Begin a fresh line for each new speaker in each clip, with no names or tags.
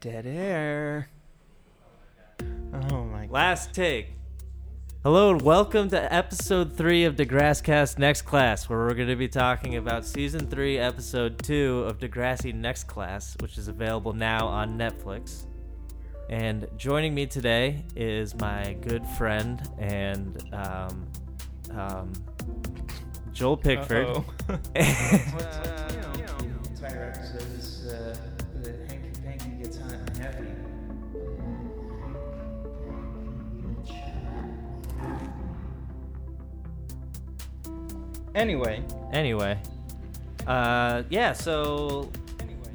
Dead air.
Oh my god.
Last take. Hello and welcome to episode three of DeGrasse Cast Next Class, where we're going to be talking about season three, episode two of Degrassi Next Class, which is available now on Netflix. And joining me today is my good friend and um, um, Joel Pickford.
Uh-oh. uh,
Entire episode is uh, the hanky panky gets hot and heavy.
anyway.
Anyway, uh, yeah, so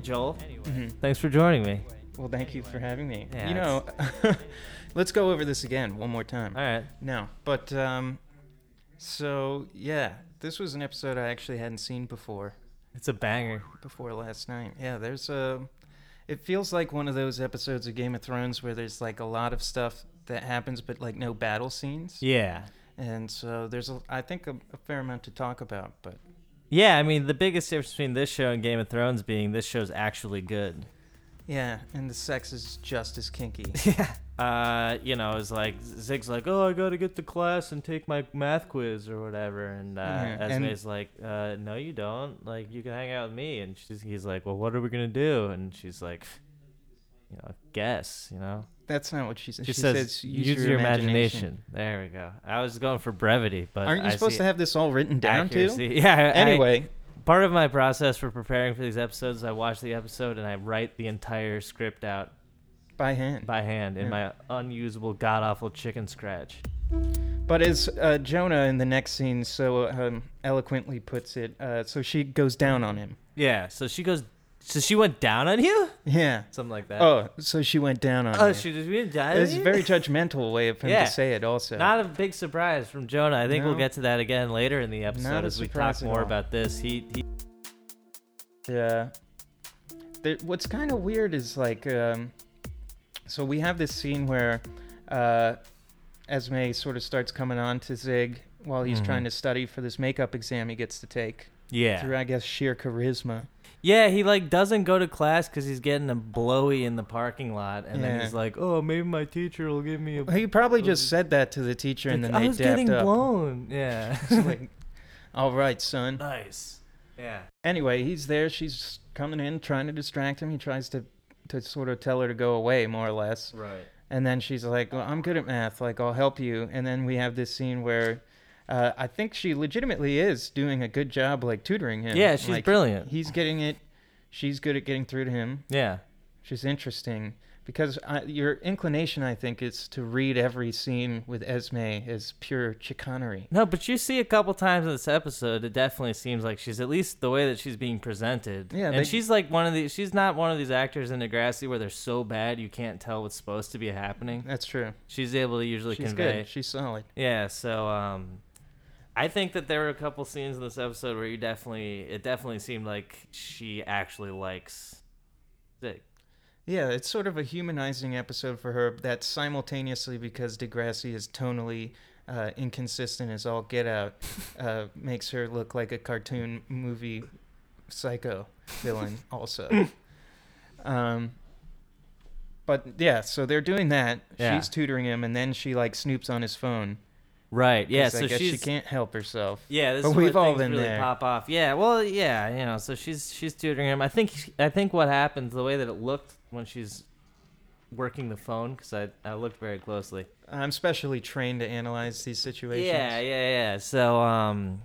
Joel,
Mhm.
thanks for joining me.
Well, thank you for having me.
Mm-hmm. Yeah,
you know, let's go over this again one more time.
All right.
No, but um, so yeah, this was an episode I actually hadn't seen before.
It's a banger.
Before last night, yeah. There's a. It feels like one of those episodes of Game of Thrones where there's like a lot of stuff that happens, but like no battle scenes.
Yeah.
And so there's, a, I think, a, a fair amount to talk about. But
Yeah, I mean the biggest difference between this show and Game of Thrones being this show's actually good.
yeah, and the sex is just as kinky.
Yeah. Uh, you know, it's like Zig's like, oh, I gotta get to class and take my math quiz or whatever, and uh,
Mhm. And-
Esme's like, uh, no, you don't. Like, you can hang out with me, and she's he's like, well, what are we gonna do? And she's like, you know, guess, you know.
That's not what she said.
She, says, use, your, imagination. There we go. I was going for brevity, but
Aren't you
I
supposed
see
to have this all written down
accuracy.
too?
Yeah. I-
Anyway,
part of my process for preparing for these episodes is I watch the episode and I write the entire script out
by hand.
by hand in
Yeah.
my unusable god awful chicken scratch.
But as uh, Jonah in the next scene so um, eloquently puts it, uh, so she goes down on him.
Yeah, so she goes so she went down on you?
Yeah.
Something like that.
Oh, so she went down on
Oh,
him.
she just we didn't die.
It's a very judgmental way of him
Yeah.
to say it. Also,
Not a big surprise from Jonah. I think we'll
No.
get to that again later in the episode
a
as we talk
surprise at
more
all.
about this. He, he
Yeah. There, what's kind of weird is like, um, so we have this scene where uh, Esme sort of starts coming on to Zig while he's
Mhm.
trying to study for this makeup exam he gets to take
Yeah.
through, I guess, sheer charisma.
Yeah, he like doesn't go to class because he's getting a blowy in the parking lot, and then
Yeah.
he's like, "Oh, maybe my teacher will give me a."
He probably just said that to the teacher and
Like,
then
I
they
was
dapped
getting
up.
blown. Yeah.
It's like, all right, son.
nice. Yeah.
Anyway, he's there. She's coming in, trying to distract him. He tries to, to sort of tell her to go away, more or less.
Right.
And then she's like, well, I'm good at math. Like, I'll help you. And then we have this scene where uh, I think she legitimately is doing a good job, like, tutoring him.
Yeah, she's
Like,
brilliant.
He's getting it. She's good at getting through to him.
yeah.
She's interesting because I, your inclination, I think, is to read every scene with Esme as pure chicanery.
No, but you see a couple times in this episode, it definitely seems like she's at least the way that she's being presented.
Yeah,
And
they-
she's like one of these. She's not one of these actors in Degrassi where they're so bad you can't tell what's supposed to be happening.
That's true.
She's able to usually
She's
convey.
good. She's solid.
Yeah, so um I think that there were a couple scenes in this episode where you definitely it definitely seemed like she actually likes Zig.
Yeah, it's sort of a humanizing episode for her. That's simultaneously because Degrassi is tonally uh, inconsistent as all get out, uh, makes her look like a cartoon movie psycho villain, also. um, but yeah, so they're doing that.
Yeah.
She's tutoring him, and then she like snoops on his phone.
Right. Yeah,
'cause I
so
guess
she's
she can't help herself.
Yeah, this
But
is
we've
where
all
things
been
really
there.
pop off. Yeah, well, yeah, you know, so she's she's tutoring him. I think I think what happens the way that it looked when she's working the phone cuz I I looked very closely.
I'm specially trained to analyze these situations.
Yeah, yeah, yeah. So, um,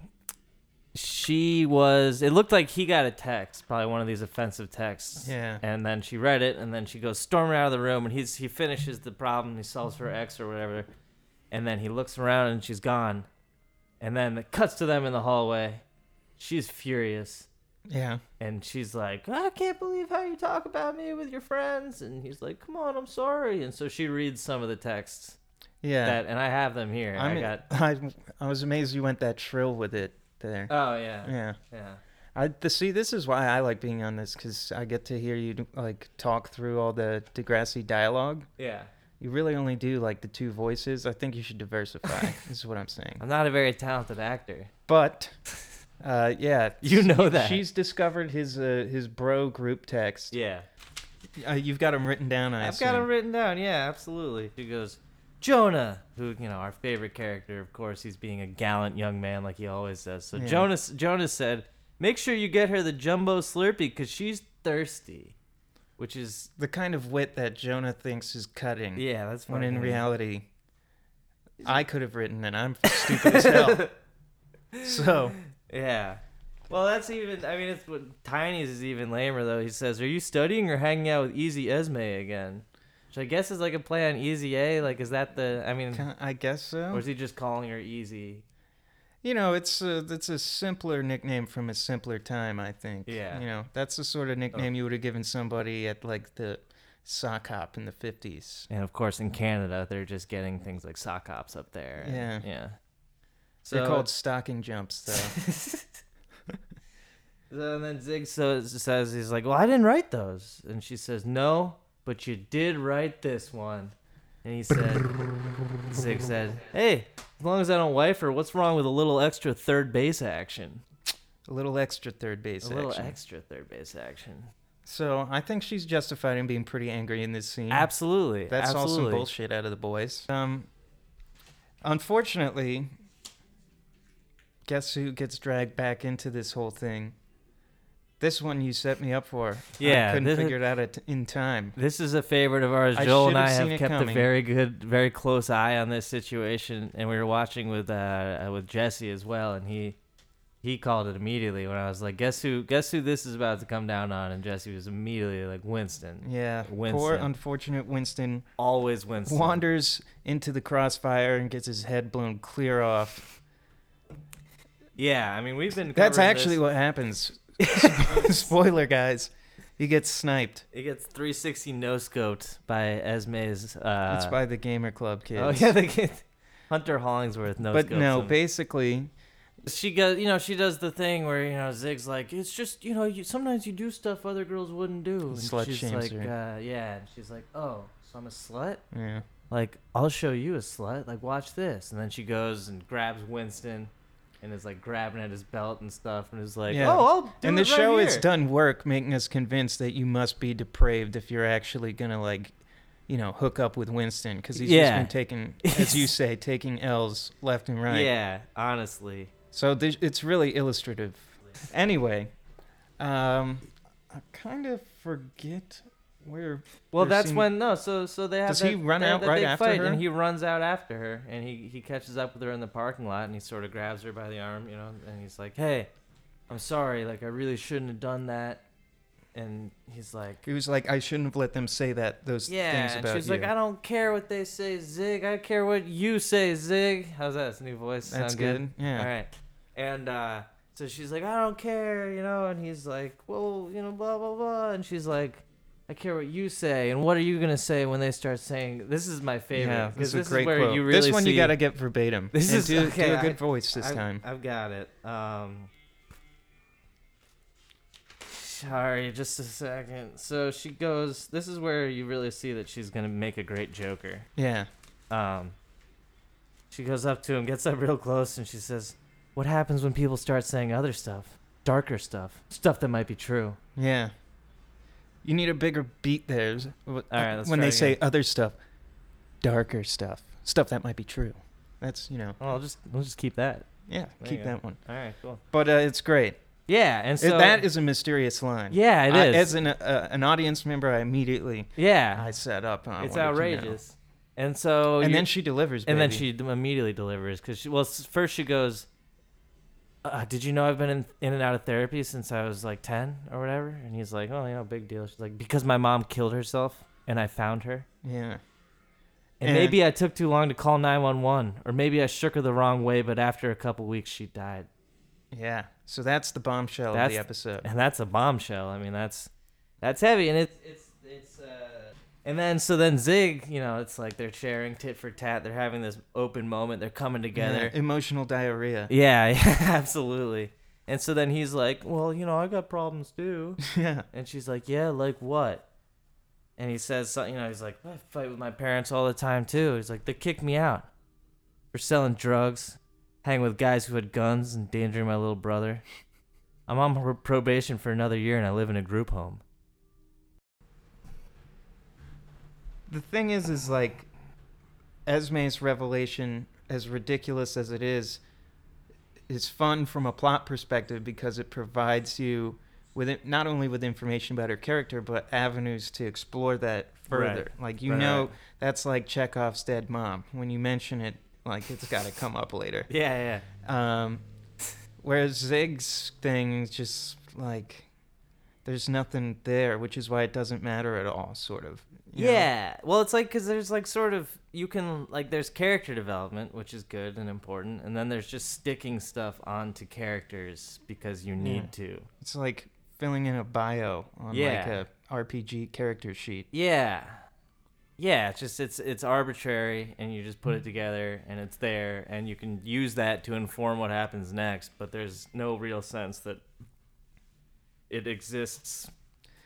she was. It looked like he got a text, probably one of these offensive texts.
Yeah.
And then she read it, and then she goes storming out of the room, and he's he finishes the problem, he solves her X or whatever, and then he looks around and she's gone, and then it cuts to them in the hallway. She's furious.
Yeah.
And she's like, I can't believe how you talk about me with your friends. And he's like, Come on, I'm sorry. And so she reads some of the texts
Yeah.
that, and I have them here.
I'm,
I got.
I, I was amazed you went that shrill with it there.
Oh yeah.
yeah.
Yeah.
I th- see. This is why I like being on this because I get to hear you like talk through all the Degrassi dialogue.
Yeah.
You really only do like the two voices. I think you should diversify. is what I'm saying.
I'm not a very talented actor.
But uh, yeah,
You know that.
she's discovered his uh, his bro group text,
yeah.
Uh, you've got them written down, I
I've got
assume.
him written down. Yeah, absolutely. He goes, Jonah, who you know, our favorite character, of course, he's being a gallant young man like he always says. So
Yeah.
Jonas, Jonas said, make sure you get her the jumbo Slurpee because she's thirsty, which is
The kind of wit that Jonah thinks is cutting.
yeah, that's
Mm. When in
fucking-
reality, I could have written and I'm stupid as hell. So,
Yeah. Well, that's even. I mean, it's what Tiny's is even lamer though. He says, "Are you studying or hanging out with Easy Esme again?" Which I guess is like a play on Easy A. Like, is that the? I mean,
ca- I guess so.
or is he just calling her Easy?
You know, it's a, it's a simpler nickname from a simpler time, I think.
Yeah. Oh.
You know, that's the sort of nickname you would have given somebody at like the sock hop in the 50s.
And of course, in Canada, they're just getting things like sock hops up there. and-
Yeah.
yeah.
They're called stocking jumps, though.
So and then Zig so, says he's like, "Well, I didn't write those," and she says, "No, but you did write this one." And he said, Zig said, "Hey, as long as I don't wife her, what's wrong with a little extra third base action?
a little extra third base
a little
action.
extra third base action.
so I think she's justified in being pretty angry in this scene.
Absolutely,
That's
absolutely.
all some bullshit out of the boys. Um, unfortunately, guess who gets dragged back into this whole thing? This one you set me up for.
Yeah,
I couldn't
this is-
figure it out at, in time.
This is a favorite of ours.
I
Joel and
should've
I have
seen it
kept a
coming.
very good, very close eye on this situation, and we were watching with uh, uh, with Jesse as well, and he he called it immediately when I was like, "Guess who? Guess who this is about to come down on?" And Jesse was immediately like, "Winston,
Yeah, poor
Winston.
unfortunate Winston
always Winston."
wanders into the crossfire and gets his head blown clear off.
yeah, I mean we've been.
That's
covering
actually
this.
what happens. Spoiler, guys, he gets sniped.
it gets 360 no scoped by Esme's. Uh,
it's by the Gamer Club kids.
oh yeah, they get Hunter Hollingsworth no.
but no, basically,
she goes you know she does the thing where you know zig's like it's just you know you sometimes you do stuff other girls wouldn't do and
Slut
she's
shames
like
her.
uh, yeah and she's like oh so i'm a slut
yeah.
like i'll show you a slut like watch this and then she goes and grabs winston and is like grabbing at his belt and stuff and is like
Yeah.
oh i'll do
and
it
the
right
show has
here."
done work making us convinced that you must be depraved if you're actually gonna like you know hook up with winston because he's
Yeah.
just been taking as you say taking l's left and right
yeah honestly
so this, it's really illustrative anyway um i kind of forget where
well
their
that's
scene-
when no so so they have
Does
that,
he run
they have
out
that
right
big
after
fight,
her?
and he runs out after her and he he catches up with her in the parking lot and he sort of grabs her by the arm you know and he's like hey i'm sorry like i really shouldn't have done that and he's like
he was like i shouldn't have let them say that those
yeah
things
and
about
she's
you
like i don't care what they say zig i care what you say zig how's that it's a new voice
that's
Sound
good, yeah
all right. And uh, so she's like, I don't care, you know. And he's like, well, you know, blah blah blah. And she's like, I care what you say. And what are you gonna say when they start saying? This is my favorite.
yeah, this
'cause
is a great
where
quote.
you really
this one
see-
you gotta get verbatim.
This
And
is-
do,
okay,
do a
I-
good voice this
I've-
time.
I've got it. Um, sorry, just a second. So she goes. This is where you really see that she's gonna make a great Joker.
yeah,
Um, she goes up to him, gets up real close, and she says, "What happens when people start saying other stuff, darker stuff, stuff that might be true?"
Yeah. You need a bigger beat there. Is- wh-
right, let's
when
try
they say
again.
other stuff, darker stuff, stuff that might be true. That's, you know,
Well, I'll just we'll just keep that.
yeah,
There
keep
you go.
that one.
All right, cool.
But uh, it's great.
Yeah, and
It-
so
that is a mysterious line.
yeah, it
I-
is.
As an, uh, an audience member, I immediately
yeah,
I set up. And I
it's
wanted to know.
outrageous. And so
And
you-
then she delivers.
and then
baby.
she d- immediately delivers because she well s- first she goes. Uh, did you know I've been in, in and out of therapy since I was like 10 or whatever? And he's like, oh, you know, big deal. She's like, because my mom killed herself and I found her.
Yeah.
And,
And-
maybe I took too long to call 911, or maybe I shook her the wrong way, but after a couple weeks, she died.
Yeah. So that's the bombshell of
That's-
the episode.
And that's a bombshell. I mean, that's that's heavy. And it's, it's, it's, uh, and then, so then Zig, you know, it's like they're sharing tit for tat. They're having this open moment. They're coming together.
Yeah, Emotional diarrhea.
Yeah, absolutely. And so then he's like, well, you know, I got problems too.
yeah.
And she's like, "Yeah, like what?" And he says something. You know, he's like, "I fight with my parents all the time too." He's like, "They kick me out for selling drugs, hanging with guys who had guns, endangering my little brother. I'm on pro- probation for another year, and I live in a group home."
the thing is, is like Esme's revelation, as ridiculous as it is, is fun from a plot perspective because it provides you with it, not only with information about her character, but avenues to explore that further. Like you
Right.
know, that's like Chekhov's dead mom. When you mention it, like it's got to come up later.
Yeah, yeah.
Um, whereas Zig's thing is just like there's nothing there, which is why it doesn't matter at all, sort of. you know?
Yeah. Well, it's like because there's like sort of you can like there's character development, which is good and important, and then there's just sticking stuff onto characters because you need
Yeah.
to.
It's like filling in a bio on
Yeah.
like a RPG character sheet.
Yeah. Yeah, it's just it's it's arbitrary and you just put
Mm.
it together and it's there and you can use that to inform what happens next, but there's no real sense that it exists.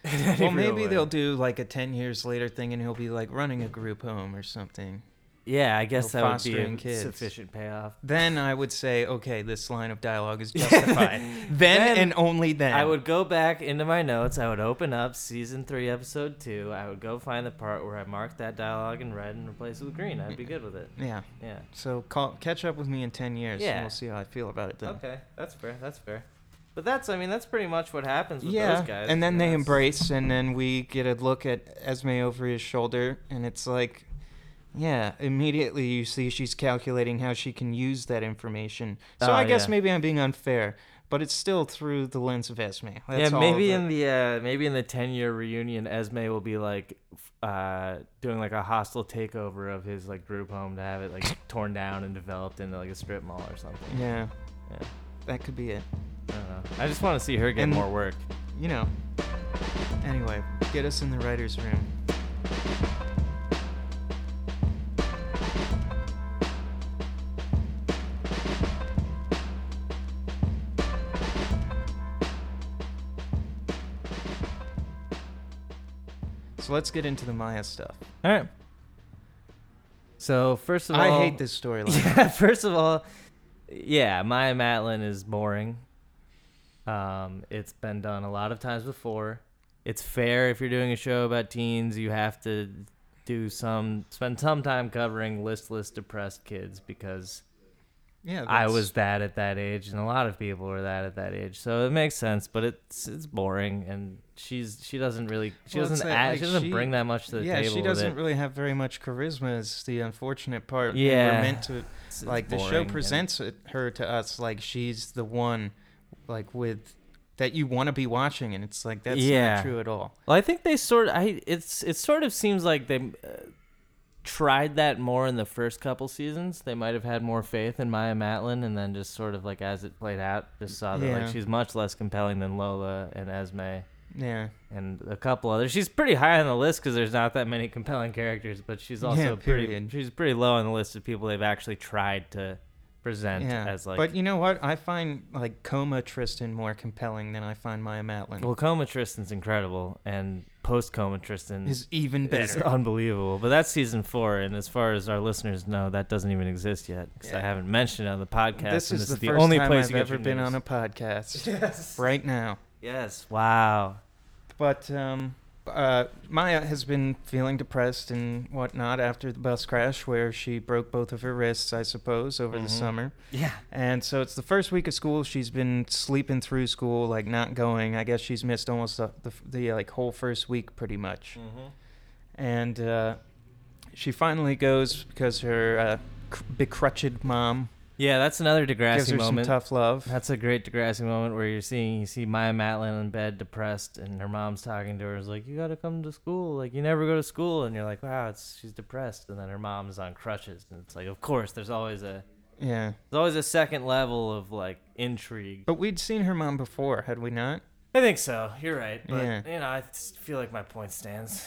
in any real
Well, maybe
way.
they'll do like a 10 years later thing and he'll be like running a group home or something.
Yeah, I guess
they'll
that would be a
fostering kids.
sufficient payoff.
Then I would say, okay, this line of dialogue is justified. then,
Then
and only then.
I would go back into my notes. I would open up season three, episode two. I would go find the part where I marked that dialogue in red and replace it with green. I'd be good with it.
Yeah.
Yeah.
So call, catch up with me in 10 years
Yeah.
and we'll see how I feel about it then.
Okay, that's fair. That's fair. But that's, I mean, that's pretty much what happens with
Yeah.
those guys.
and then
you know,
they
it's-
embrace, and then we get a look at Esme over his shoulder, and it's like, yeah, immediately you see she's calculating how she can use that information. So
Oh,
I guess
yeah.
maybe I'm being unfair, but it's still through the lens of Esme.
Yeah,
That's all
maybe
of
in
it.
the uh, maybe in the ten year reunion, Esme will be like f- uh, doing like a hostile takeover of his like group home to have it like torn down and developed into like a strip mall or something.
Yeah,
Yeah.
that could be it.
I don't know. I just want to see her get
And-
more work.
You know. Anyway, get us in the writer's room. So let's get into the Maya stuff.
All right. So first of all,
I hate this storyline.
Yeah, first of all, yeah, Maya Matlin is boring. Um, it's been done a lot of times before. It's fair if you're doing a show about teens, you have to do some spend some time covering listless, depressed kids because
Yeah,
I
that's-
was that at that age, and a lot of people were that at that age. So it makes sense, but it's it's boring, and she's she doesn't really she
Well, it's
doesn't
that,
add,
like,
she doesn't
she-
bring that much to the
yeah,
table.
she doesn't
with it.
really have very much charisma. Is the unfortunate part. and
Yeah.
we're meant to
It's- it's
like the
boring
show
and-
presents it, her to us like she's the one, like with that you want to be watching, and it's like that's
Yeah.
not true at all.
Well, I think they sort of, I it's it sort of seems like they uh, tried that more in the first couple seasons. They might have had more faith in Maya Matlin, and then just sort of like as it played out, just saw that
Yeah.
like she's much less compelling than Lola and Esme
Yeah,
and a couple others. She's pretty high on the list because there's not that many compelling characters, but she's
Yeah,
also pretty
period.
she's pretty low on the list of people they've actually tried to present
yeah.
as like.
but you know what? I find like Coma Tristan more compelling than I find Maya Matlin.
well, Coma Tristan's incredible, and post Coma Tristan
is even better.
It's unbelievable. But that's season four, and as far as our listeners know, that doesn't even exist yet because I
Yeah.
haven't mentioned it on the podcast.
this
and
is the, first
only
time
place
I've
you get
ever
your
been
news.
on a podcast.
Yes.
Right now.
Yes. Wow.
But um, uh, Maya has been feeling depressed and whatnot after the bus crash where she broke both of her wrists, I suppose, over
Mhm.
the summer.
Yeah.
And so it's the first week of school. She's been sleeping through school, like not going. I guess she's missed almost the, the, the like whole first week, pretty much. And uh, she finally goes because her uh, cr- becrutched mom
Yeah, that's another
gives
Degrassi
her
moment.
some tough love.
That's a great Degrassi moment where you're seeing you see Maya Matlin in bed depressed and her mom's talking to her is like, You gotta come to school, like you never go to school and you're like, Wow, it's she's depressed and then her mom's on crutches and it's like of course there's always a
yeah.
there's always a second level of like intrigue
But we'd seen her mom before, had we not?
I think so. You're right, but
Yeah.
you know, I just feel like my point stands.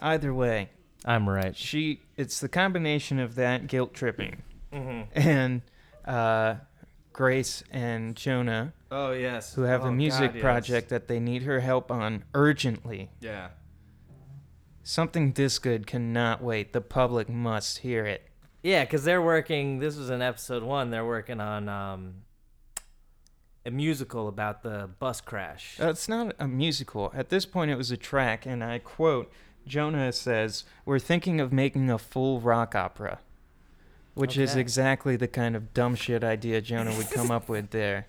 Either way,
I'm right.
she it's the combination of that guilt tripping
hmm
and uh, Grace and Jonah,
Oh yes,
who have a music project that they need her help on urgently.
Yeah.
Something this good cannot wait. The public must hear it.
Yeah, because they're working. This was in episode one. They're working on um, a musical about the bus crash.
Oh, Uh, it's not a musical. At this point, it was a track, and I quote Jonah says, We're thinking of making a full rock opera, which is
Okay.
exactly the kind of dumb shit idea Jonah would come up with there.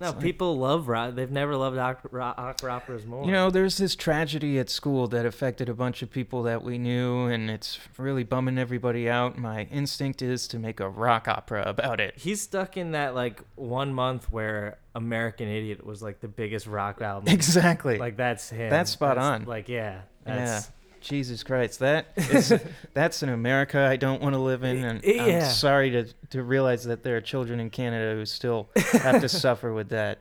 No,
It's like-
people love rock. They've never loved oc- ro- opera operas more.
You know, there's this tragedy at school that affected a bunch of people that we knew, and it's really bumming everybody out. My instinct is to make a rock opera about it.
he's stuck in that like one month where American Idiot was like the biggest rock album.
Exactly.
Like that's him.
That's spot on.
Like yeah, that's,
Jesus Christ, that is that's an America I don't want to live in, and I'm
Yeah.
sorry to to realize that there are children in Canada who still have to suffer with that.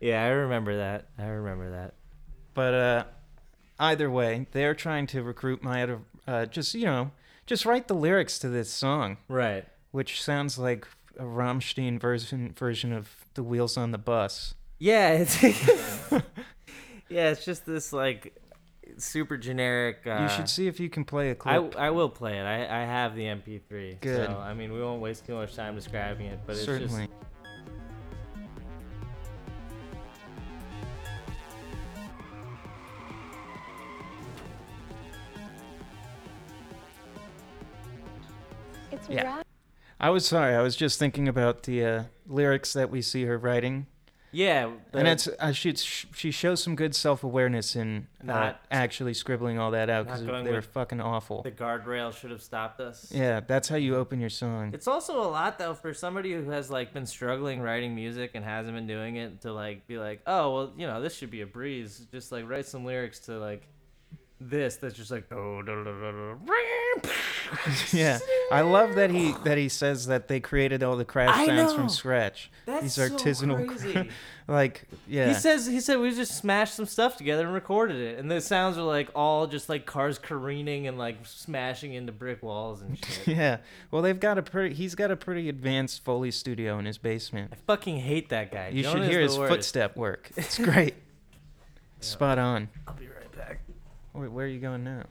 yeah. I remember that. I remember that.
But uh, either way, they're trying to recruit my other, uh, just you know, just write the lyrics to this song,
Right.
which sounds like a Rammstein version version of "The Wheels on the Bus."
Yeah. It's yeah. It's just this like super generic. Uh,
you should see if you can play a
I,
clip.
I will play it. I, I have the MP3.
Good.
So I mean, we won't waste too much time describing it, but it's just
Certainly.
It's
Yeah.
rock.
I was sorry. I was just thinking about the uh, lyrics that we see her writing.
yeah. the-
and it's uh, she she shows some good self awareness in not
Not-
actually scribbling all that
Not
out because they
going
were
with
fucking awful.
the guardrail should have stopped us.
yeah, that's how you open your song.
It's also a lot though for somebody who has like been struggling writing music and hasn't been doing it to like be like, oh well, you know, this should be a breeze. Just like write some lyrics to like this that's just like oh, da, da, da, da, da.
yeah, I love that he that he says that they created all the crash
I
sounds from
know.
scratch.
That's
These
so
artisanal, cr-
crazy.
like yeah,
He says he said we just smashed some stuff together and recorded it, and the sounds are like all just like cars careening and like smashing into brick walls and shit.
yeah. Well, they've got a pretty. He's got a pretty advanced Foley studio in his basement.
I fucking hate that guy.
You
Jonah's
should hear
the
his
worst.
footstep work. It's great. Spot on.
I'll be right back.
Wait, where are you going now?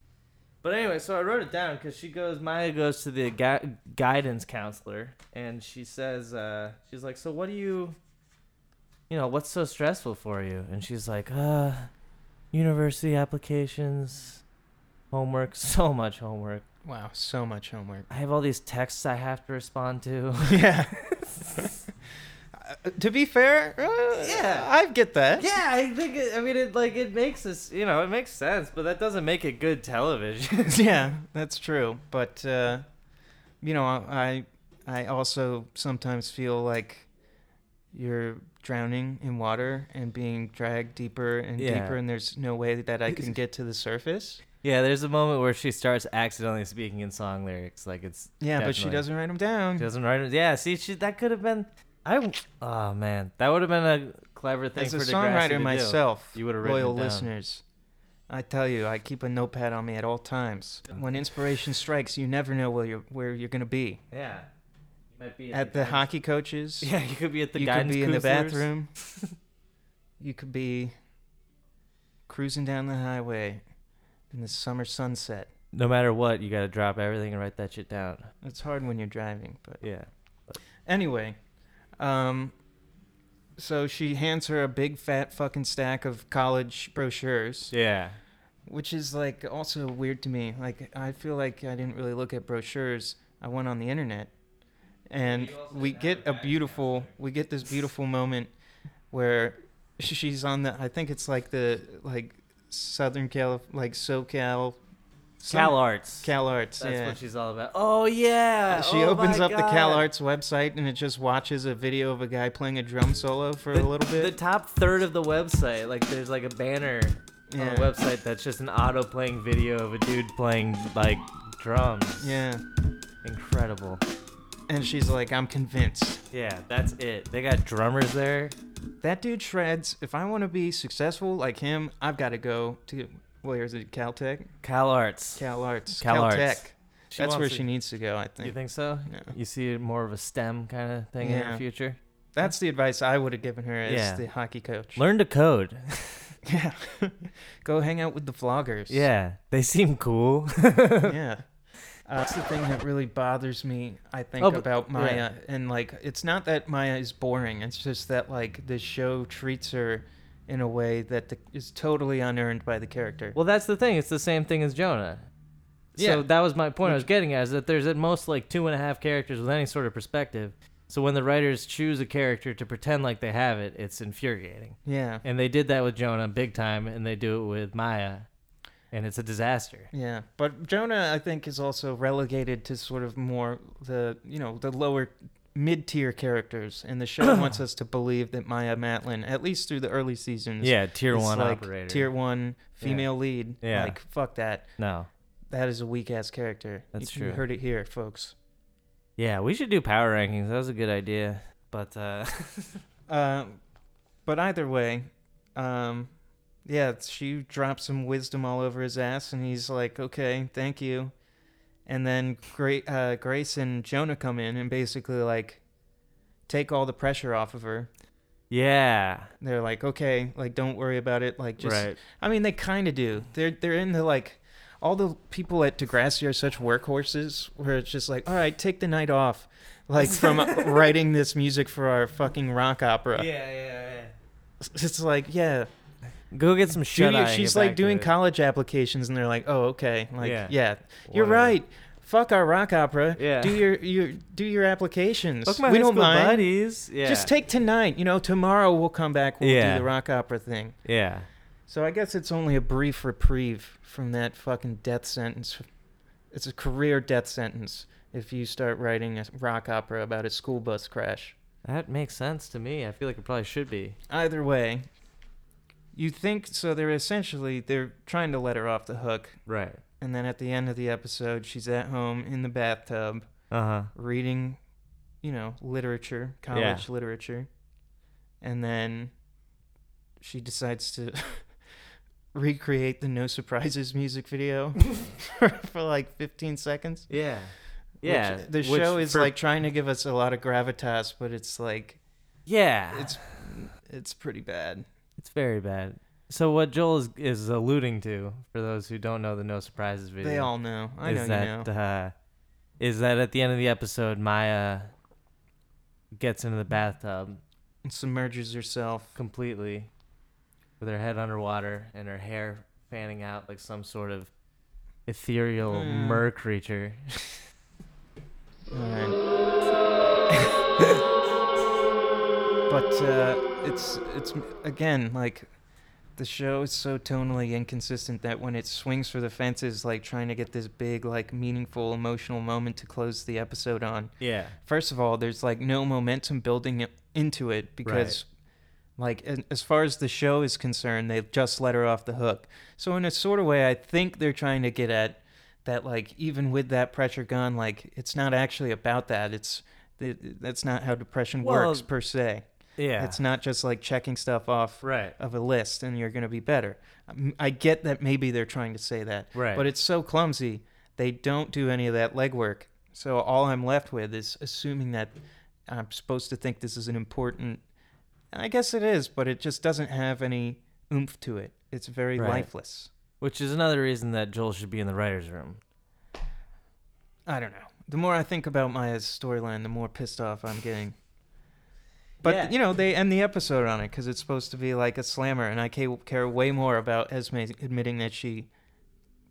But anyway, so I wrote it down because she goes, Maya goes to the gui- guidance counselor, and she says, uh, she's like, so what do you, you know, what's so stressful for you? And she's like, uh, university applications, homework, so much homework.
Wow, so much homework.
I have all these texts I have to respond to.
yeah. Uh, to be fair, uh,
Yeah.
I get that.
yeah, I think, it, I mean, it like, it makes us, you know, it makes sense, but that doesn't make it good television.
yeah, that's true. But uh, you know, I I also sometimes feel like you're drowning in water and being dragged deeper and
Yeah.
deeper, and there's no way that I can get to the surface.
yeah, there's a moment where she starts accidentally speaking in song lyrics. Like, it's.
Yeah, but she
definitely-
doesn't write them down.
She doesn't write it. Yeah, see, she, that could have been. I. Oh man, that would have been a clever thing
As
for
a
Degrassi to
songwriter
do.
myself,
You would've written
loyal
it down.
listeners, I tell you, I keep a notepad on me at all times. When inspiration strikes, you never know where you're where you're gonna be.
Yeah. You might be
At the hockey coaches,
Yeah, you could be at the
you could
guidance
be in the
counselors.
bathroom. you could be cruising down the highway in the summer sunset.
No matter what, you got to drop everything and write that shit down.
It's hard when you're driving, but
Yeah.
anyway, um, so she hands her a big fat fucking stack of college brochures.
Yeah.
which is like also weird to me. Like I feel like I didn't really look at brochures. I went on the internet, and we get a beautiful, we get this beautiful moment where sh- she's on the. I think it's like the like Southern Cal, like SoCal, some-
Cal Arts.
Cal Arts.
That's
yeah.
what she's all about. Oh yeah.
she
Oh,
opens
my
up the Cal
God.
Arts website and it just watches a video of a guy playing a drum solo for a little
The
bit.
top third of the website, like there's like a banner on
Yeah.
the website that's just an auto playing video of a dude playing like drums.
yeah.
Incredible.
And she's like, I'm convinced.
Yeah, that's it. They got drummers there.
That dude shreds. If I want to be successful like him, I've got to go to where is it? Caltech,
Cal Arts.
Cal Arts,
Cal Arts.
Caltech.
She
That's
wants
where
to-
she needs to go. I think.
You think so?
No.
You see more of a STEM kind of thing in
Yeah.
her future.
That's the advice I would have given her as
Yeah.
the hockey coach.
Learn to code.
yeah, go hang out with the vloggers.
yeah, they seem cool.
yeah. Uh, that's the thing that really bothers me. I think
Oh, but-
about
yeah.
Maya, and like, it's not that Maya is boring. It's just that like the show treats her in a way that the, is totally unearned by the character.
Well, that's the thing. It's the same thing as Jonah.
Yeah.
So that was my point I was getting at is that there's at most like two and a half characters with any sort of perspective. So when the writers choose a character to pretend like they have it, it's infuriating.
yeah.
And they did that with Jonah big time, and they do it with Maya, and it's a disaster.
Yeah, but Jonah, I think, is also relegated to sort of more the you know the lower mid tier characters, and the show wants us to believe that Maya Matlin, at least through the early seasons,
Yeah, tier
is
one
like
operator.
tier one female lead.
Yeah.
like fuck that.
no.
That is a weak ass character.
That's
You-
true.
You heard it here, folks.
Yeah, we should do power rankings. That was a good idea. But uh,
Uh, but either way, um, yeah, she drops some wisdom all over his ass, and he's like, "Okay, thank you." And then Gra- uh, Grace and Jonah come in and basically like take all the pressure off of her.
yeah,
They're like, "Okay, like don't worry about it." Like just,
right.
I mean, they kind of do. They're they're in the like. All the people at Degrassi are such workhorses where it's just like, all right, take the night off. Like from writing this music for our fucking rock opera.
yeah, yeah.
It's like, yeah,
Go get some shut
Judy,
eye.
she's like doing college applications, and they're like, "Oh, okay, like
Yeah.
yeah, you're
Whatever.
right. Fuck our rock opera.
Yeah.
do your your do your applications.
Look, my
we
high
don't
school
mind.
buddies. Yeah,
Just take tonight. You know, tomorrow we'll come back. We'll
Yeah.
do the rock opera thing.
yeah.
So I guess it's only a brief reprieve from that fucking death sentence. It's a career death sentence if you start writing a rock opera about a school bus crash.
That makes sense to me. I feel like it probably should be.
either way you think so they're essentially they're trying to let her off the hook
Right.
and then at the end of the episode she's at home in the bathtub
Uh huh.
reading you know literature college
Yeah.
literature and then she decides to recreate the no surprises music video for like 15 seconds
Yeah. Yeah.
Which- uh, the
which
show is
for-
like trying to give us a lot of gravitas but it's like
Yeah. It's
it's it's pretty bad
it's very bad. So what Joel is, is alluding to, for those who don't know the No Surprises video,
they all know i
is
know
that
you know
uh, is that at the end of the episode Maya gets into the bathtub
and submerges herself.
completely with her head underwater and her hair fanning out like some sort of ethereal
Mm.
mer creature.
Alright. but uh, it's it's again like the show is so tonally inconsistent that when it swings for the fences, like trying to get this big, like meaningful, emotional moment to close the episode on.
Yeah.
First of all, there's like no momentum building i- into it because. Like a- as far as the show is concerned, they just let her off the hook. So in a sort of way, I think they're trying to get at that like even with that pressure gone like it's not actually about that it's th- that's not how depression
Well,
works per se
Yeah.
it's not just like checking stuff off
right.
of a list and you're going to be better Um, i get that maybe they're trying to say that
Right.
but it's so clumsy they don't do any of that legwork so all i'm left with is assuming that i'm supposed to think this is an important i guess it is but it just doesn't have any oomph to it it's very
Right.
lifeless
Which is another reason that Joel should be in the writer's room.
I don't know. The more I think about Maya's storyline, the more pissed off I'm getting. But
Yeah.
you know, they end the episode on it because it's supposed to be like a slammer, and I ca- care way more about Esme admitting that she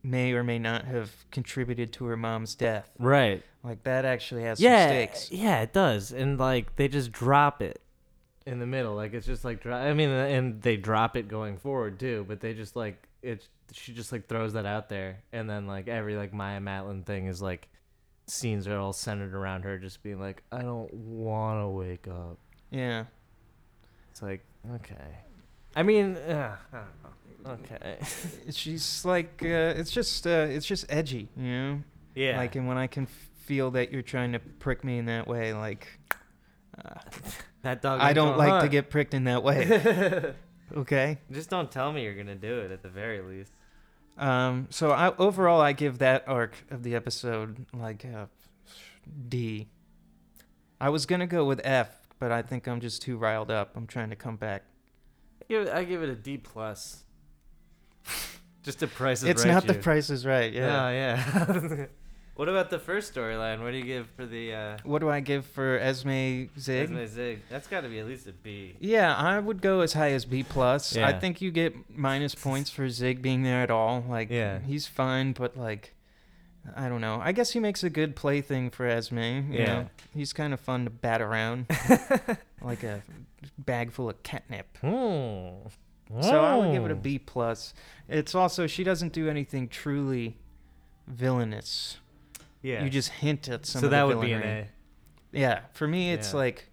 may or may not have contributed to her mom's death.
Right.
Like that actually has
yeah.
some stakes.
Yeah, it does. And like they just drop it in the middle. Like it's just like dro- I mean uh, and they drop it going forward too, but they just like it she just like throws that out there and then like every like Maya Matlin thing is like scenes are all centered around her just being like I don't want to wake up.
Yeah.
It's like okay. I mean, uh, I don't know. Okay.
She's like, uh, it's just, uh, it's just edgy, you know.
yeah.
Like, and when I can feel that you're trying to prick me in that way, like, uh,
Oh, that dog
I
went
don't
on
like to
hunt.
get pricked in that way. okay.
Just don't tell me you're gonna do it at the very least.
Um, so I overall I give that arc of the episode like a D. I was gonna go with F, but I think I'm just too riled up. I'm trying to come back.
I give it, I give it a D plus. Just the price is
it's
right
not the
you. Oh,
price is right, yeah.
Yeah, yeah. What about the first storyline? What do you give for the uh,
What do I give for Esme Zig?
Esme Zig? That's got to be at least a B.
Yeah, I would go as high as B plus. I
Yeah.
think you get minus points for Zig being there at all. Like,
Yeah.
he's fine, but like, I don't know. I guess he makes a good plaything for Esme. You
Yeah.
know? he's kind of fun to bat around, like a bag full of catnip.
Hmm.
So I would
Oh.
give it a B plus. It's also she doesn't do anything truly villainous.
Yeah.
You just hint at some.
so
of the
that would be an
villainy.
A.
Yeah, for me it's
Yeah.
like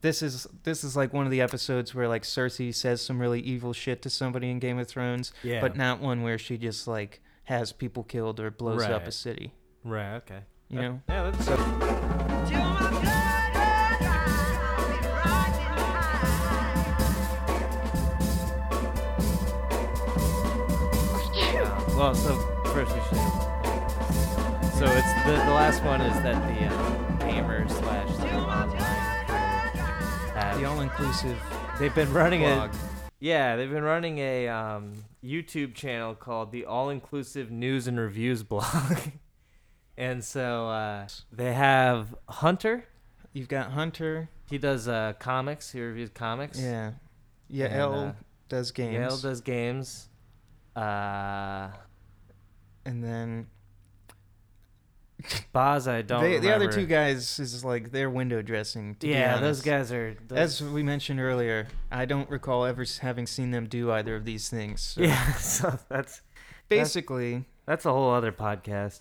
this is this is like one of the episodes where like Cersei says some really evil shit to somebody in Game of Thrones,
Yeah.
but not one where she just like has people killed or blows up a
Right.
city.
Right. Okay.
You
Uh,
know?
Yeah. That's Well, so first we should. So it's the, the last one is that the uh, gamer slash the online crew
The
have
all inclusive
they've been running
blog.
a yeah they've been running a um, YouTube channel called the All Inclusive News and Reviews Blog, and so uh, they have Hunter.
You've got Hunter.
He does uh, comics. He reviews comics.
Yeah.
And,
Yael
uh,
does games.
Yale does games. Uh,
and then
Boz, I don't.
they, the other two
remember.
guys is like they're window dressing. To be
Yeah, those
honest.
guys are. Those,
As we mentioned earlier, I don't recall ever s- having seen them do either of these things. So
Yeah, so that's
Basically,
that's a whole other podcast.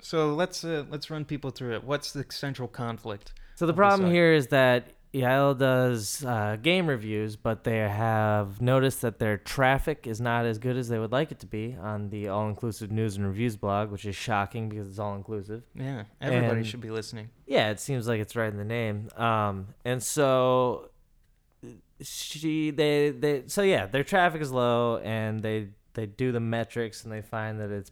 So let's uh, let's run people through it. What's the central conflict?
So the
Of the
problem
site.
here is that Yael does uh, game reviews, but they have noticed that their traffic is not as good as they would like it to be on the All Inclusive News and Reviews blog, which is shocking because it's all inclusive.
Yeah, everybody
And-
should be listening.
Yeah, it seems like it's right in the name. Um, and so she they they so yeah, their traffic is low, and they they do the metrics, and they find that it's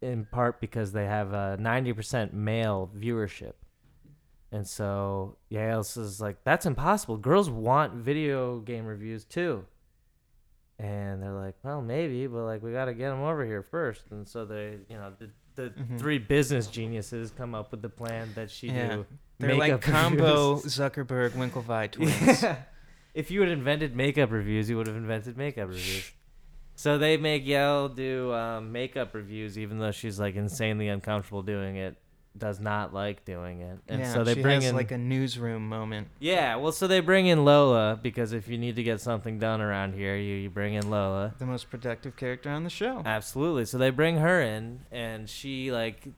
in part because they have a ninety percent male viewership. And so Yael says like that's impossible. Girls want video game reviews too. And they're like, well, maybe, but like we got to get them over here first. And so they, you know, the, the
Mhm.
three business geniuses come up with the plan that she
Yeah.
do.
They're like
makeup
combo
reviews.
Zuckerberg Winklevie twins.
Yeah. If you had invented makeup reviews, you would have invented makeup reviews. So they make Yael do um, makeup reviews, even though she's like insanely uncomfortable doing it, does not like doing it, and
yeah,
so they
she
bring
has
in
like a newsroom moment.
yeah. Well, so they bring in Lola because if you need to get something done around here, you, you bring in Lola.
The most productive character on the
Uh,
show.
Absolutely. So they bring her in, and she like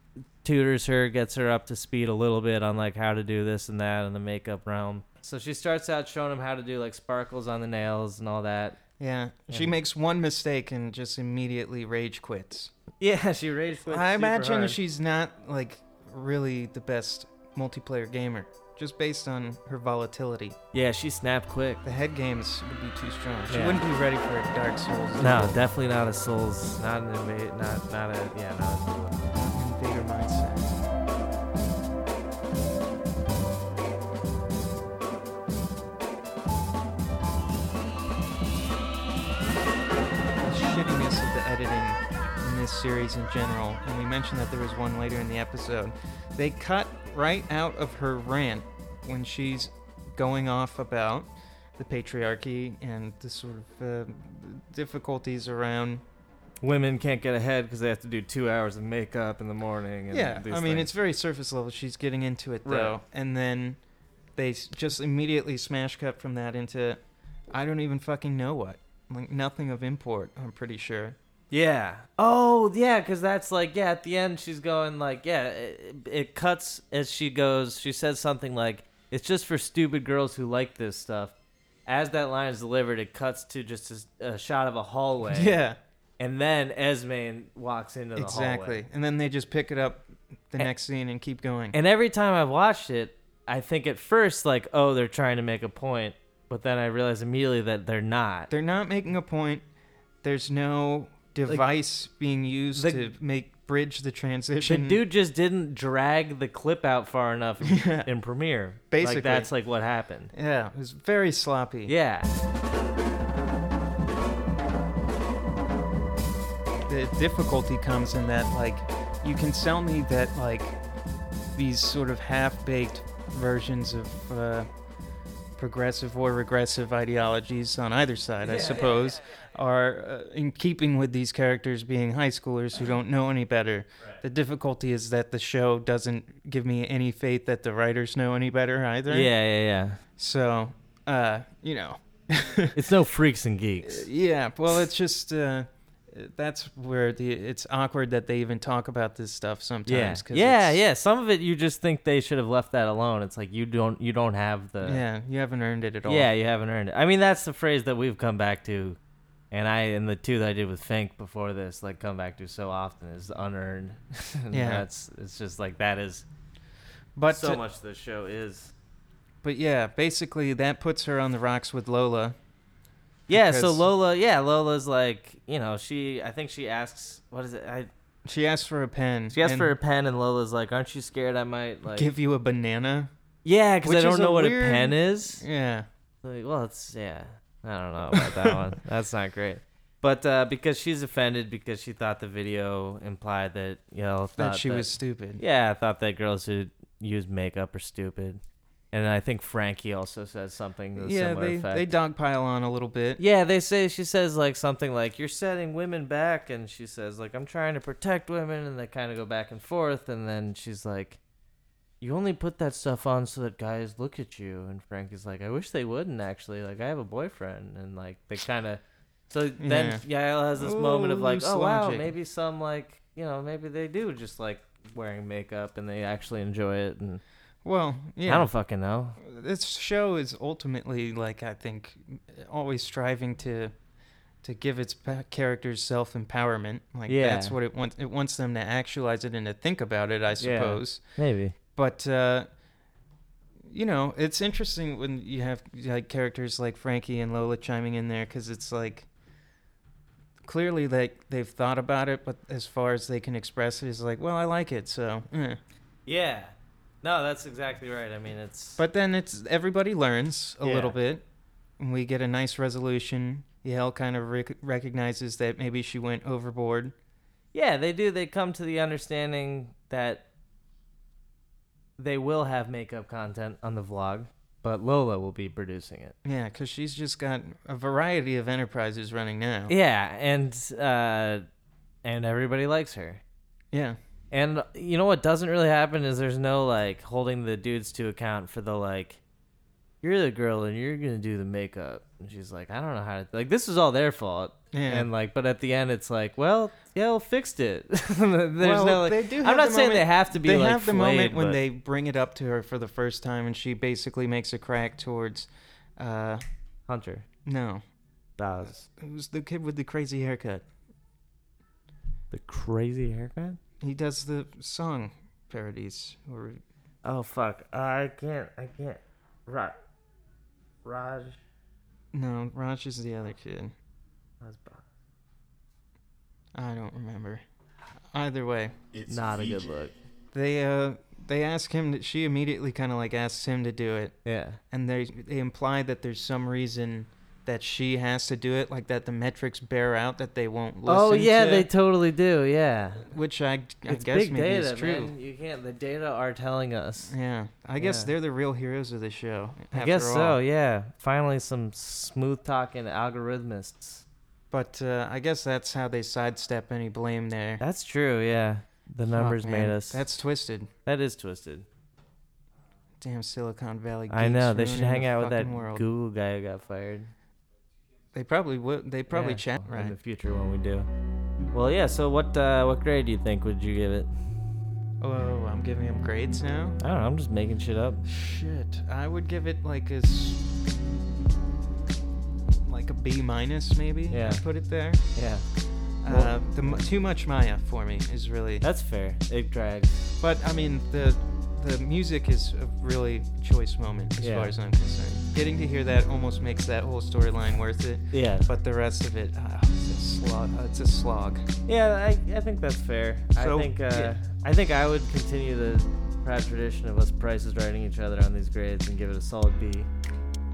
tutors her, gets her up to speed a little bit on like how to do this and that in the makeup realm. So she starts out showing him how to do like sparkles on the nails and all that.
yeah, she
and-
makes one mistake and just immediately rage quits.
Yeah, she rage quits.
I
super
imagine
hard.
she's not like really the best multiplayer gamer, just based on her volatility.
Yeah, she snapped quick.
The head games would be too strong. She
Yeah.
wouldn't be ready for a Dark Souls.
No, definitely not a Souls. Not an invade. Not not a yeah. Not a,
bigger mindset. The shittiness of the editing in this series in general, and we mentioned that there was one later in the episode. They cut right out of her rant when she's going off about the patriarchy and the sort of uh, difficulties around
women can't get ahead because they have to do two hours of makeup in the morning. And
Yeah,
these
I mean
things.
it's very surface level. She's getting into it
Right.
though, and then they s- just immediately smash cut from that into I don't even fucking know what, like nothing of import. I'm pretty sure.
Yeah. Oh, yeah, because that's like, yeah, at the end, she's going, like, yeah, it, it cuts as she goes. She says something like, it's just for stupid girls who like this stuff. As that line is delivered, it cuts to just a s- a, shot of a hallway.
Yeah,
And then Esme walks into the hallway.
exactly. And then they just pick it up the
A-
next scene and keep going.
And every time I've watched it, I think at first, like, oh, they're trying to make a point. But then I realize immediately that they're not.
They're not making a point. There's no device being used
The-
to make bridge the
the
transition.
dude just didn't drag the clip out far enough in,
Yeah.
in Premiere.
Basically.
Like, that's like what happened.
yeah, it was very sloppy.
Yeah.
the difficulty comes in that like you can sell me that like these sort of half-baked versions of uh, progressive or regressive ideologies on either side, I suppose, are uh, in keeping with these characters being high schoolers who don't know any better. The difficulty is that the show doesn't give me any faith that the writers know any better either.
Yeah, yeah, yeah.
So, uh, you know.
It's no freaks and geeks.
Yeah, well, it's just uh, that's where the it's awkward that they even talk about this stuff
Yeah,
sometimes. 'cause
yeah,
it's-
yeah. Some of it you just think they should have left that alone. It's like you don't you don't have the
Yeah, you haven't earned it at all.
Yeah, you haven't earned it. I mean, that's the phrase that we've come back to, and I and the two that I did with Fink before this, like come back to so often is unearned. And
Yeah.
that's it's just like that is
but
so
uh,
much the show is.
but yeah, basically that puts her on the rocks with Lola.
Yeah, so
Because-
Lola, yeah, Lola's like you know she I think she asks what is it I
She asks for a pen.
she asks
and
for a pen and Lola's like aren't you scared I might like
give you a banana.
yeah because I
which is
don't
a
know what a
weird-
pen is
Yeah,
Like, well, it's yeah. I don't know about that one. That's not great. But uh, because she's offended because she thought the video implied that you know thought
that she was stupid.
yeah thought that girls who use makeup are stupid, and I think Frankie also says something to the
yeah,
similar
they
effect.
they dogpile on a little bit.
yeah, they say she says like something like you're setting women back, and she says like I'm trying to protect women, and they kind of go back and forth, and then she's like, you only put that stuff on so that guys look at you, and Frankie's like, I wish they wouldn't actually. Like I have a boyfriend, and like they kind of. So then Yael has this moment of
Ooh,
like,
loose
oh wow,
logic.
maybe some like you know maybe they do just like wearing makeup and they actually enjoy it, and
Well, yeah.
I don't fucking know.
this show is ultimately like I think always striving to to give its pa- characters self empowerment. Like
Yeah.
that's what it wants. It wants them to actualize it and to think about it. I suppose.
Maybe.
But uh, you know, it's interesting when you have like characters like Frankie and Lola chiming in there because it's like clearly like they've thought about it, but as far as they can express it is like, well, I like it, so. eh.
Yeah. No, that's exactly right. I mean, it's
But then it's everybody learns a
Yeah.
little bit, and we get a nice resolution. Yael kind of rec- recognizes that maybe she went overboard.
yeah, they do. They come to the understanding that they will have makeup content on the vlog, but Lola will be producing it.
Yeah, because she's just got a variety of enterprises running now.
Yeah, and uh, and everybody likes her.
Yeah,
And you know what doesn't really happen is there's no like holding the dudes to account for the like, you're the girl and you're gonna do the makeup. And she's like, I don't know how to like this was all their fault.
Yeah.
And like, but at the end it's like, well, Yale fixed it. There's
Well,
no like.
they do
I'm
have
not
the
saying they
moment-
have to be
they
like.
have the moment
flayed,
when
but-
they bring it up to her for the first time, and she basically makes a crack towards, uh,
Hunter
no,
does
who's the kid with the crazy haircut?
the crazy haircut.
He does the song parodies or
Oh fuck! I can't. I can't. Raj. Raj.
no, Raj is the other kid. I don't remember. Either way,
It's
Not a
VJ.
good look.
they uh they ask him to, she immediately kind of like asks him to do it
Yeah.
and they they imply that there's some reason that she has to do it like that the metrics bear out that they won't listen
oh yeah,
to,
they totally do. Yeah.
which i, I
It's
guess
big
maybe
data,
is true
man. You can't. The data are telling us.
yeah i guess
Yeah.
they're the real heroes of the show
I guess
after
so.
all.
Yeah. Finally, some smooth talking algorithmists.
but uh, i guess that's how they sidestep any blame there
That's true. Yeah. The
Fuck,
numbers made
man.
us. That's
that's twisted
that is twisted.
damn silicon valley
I know.
geeks
They should
ruining
hang
the
out with that
fucking world.
Google guy who got fired.
they probably would they probably
Yeah,
chat
in
right
the future when we do. Well, yeah. So what uh, what grade do you think would you give it?
oh i'm giving them grades now
I don't know. I'm just making shit up.
Shit, I would give it like a s- like a B minus maybe.
Yeah.
I'd put it there.
Yeah.
Uh, the mu- too much Maya for me is really.
That's fair. It drags.
But I mean the the music is a really choice moment as
Yeah.
far as I'm concerned. Getting to hear that almost makes that whole storyline worth it.
Yeah.
But the rest of it, ah, it's a slog. It's a slog.
Yeah, I, I think that's fair.
So,
I think uh,
yeah.
I think I would continue the proud tradition of us prices writing each other on these grades and give it a solid B.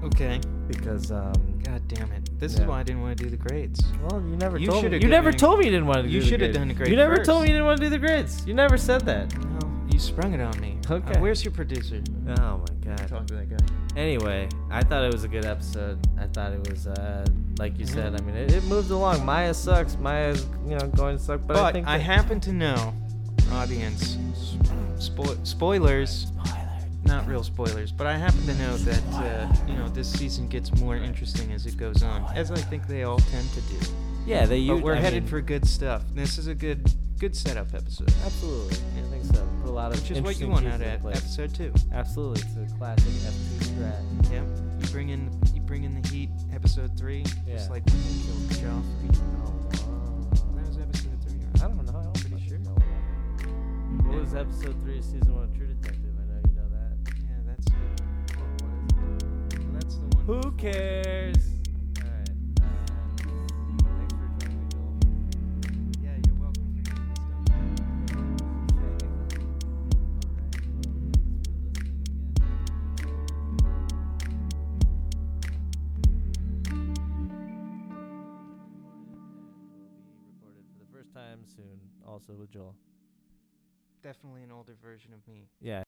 Okay.
because um.
God damn it. This
Yeah.
is why I didn't want to do the grades.
Well, you never
You
told me.
shoulda
You never
given-
told me you didn't want to.
you
do the
shoulda
grades.
done a grade
You never
first.
told me you didn't want to do the grids. You never said that.
No, Oh, you sprung it on me. Uh,
Okay.
where's your producer?
Oh my god.
Talk to that guy.
Anyway, I thought it was a good episode. I thought it was, uh, like you said.
Mhm.
I mean, it, it moved along. Maya sucks. Maya's, you know, going to suck. But,
But,
I
I,
think that-
happen to know, audience, s- spo- spoilers, not real spoilers, but I happen to know that, uh, you know, this season gets more interesting as it goes on, as I think they all tend to do.
Yeah, they.
But
u-
we're
I
headed
mean-
for good stuff. This is a good good setup episode,
Absolutely. I think so. Put a lot of
which is what you
interesting
want
pieces
out of
in
ep-
place.
episode Oh, two.
Absolutely, it's a classic F2 strat.
Yep. You bring in you bring in the heat, episode three,
Yeah.
just like when they killed Joffrey. Oh, That was episode three. right?
I don't know. I don't
Pretty
fucking
sure.
Know what what was episode three of season one of True Detective? I know you know that.
Yeah, that's the, well, that's the one.
Who
before.
cares? All right. Uh, thanks for joining me, Joel.
Yeah, you're welcome for giving this stuff.
Soon, also with Joel.
Definitely an older version of me.
Yeah.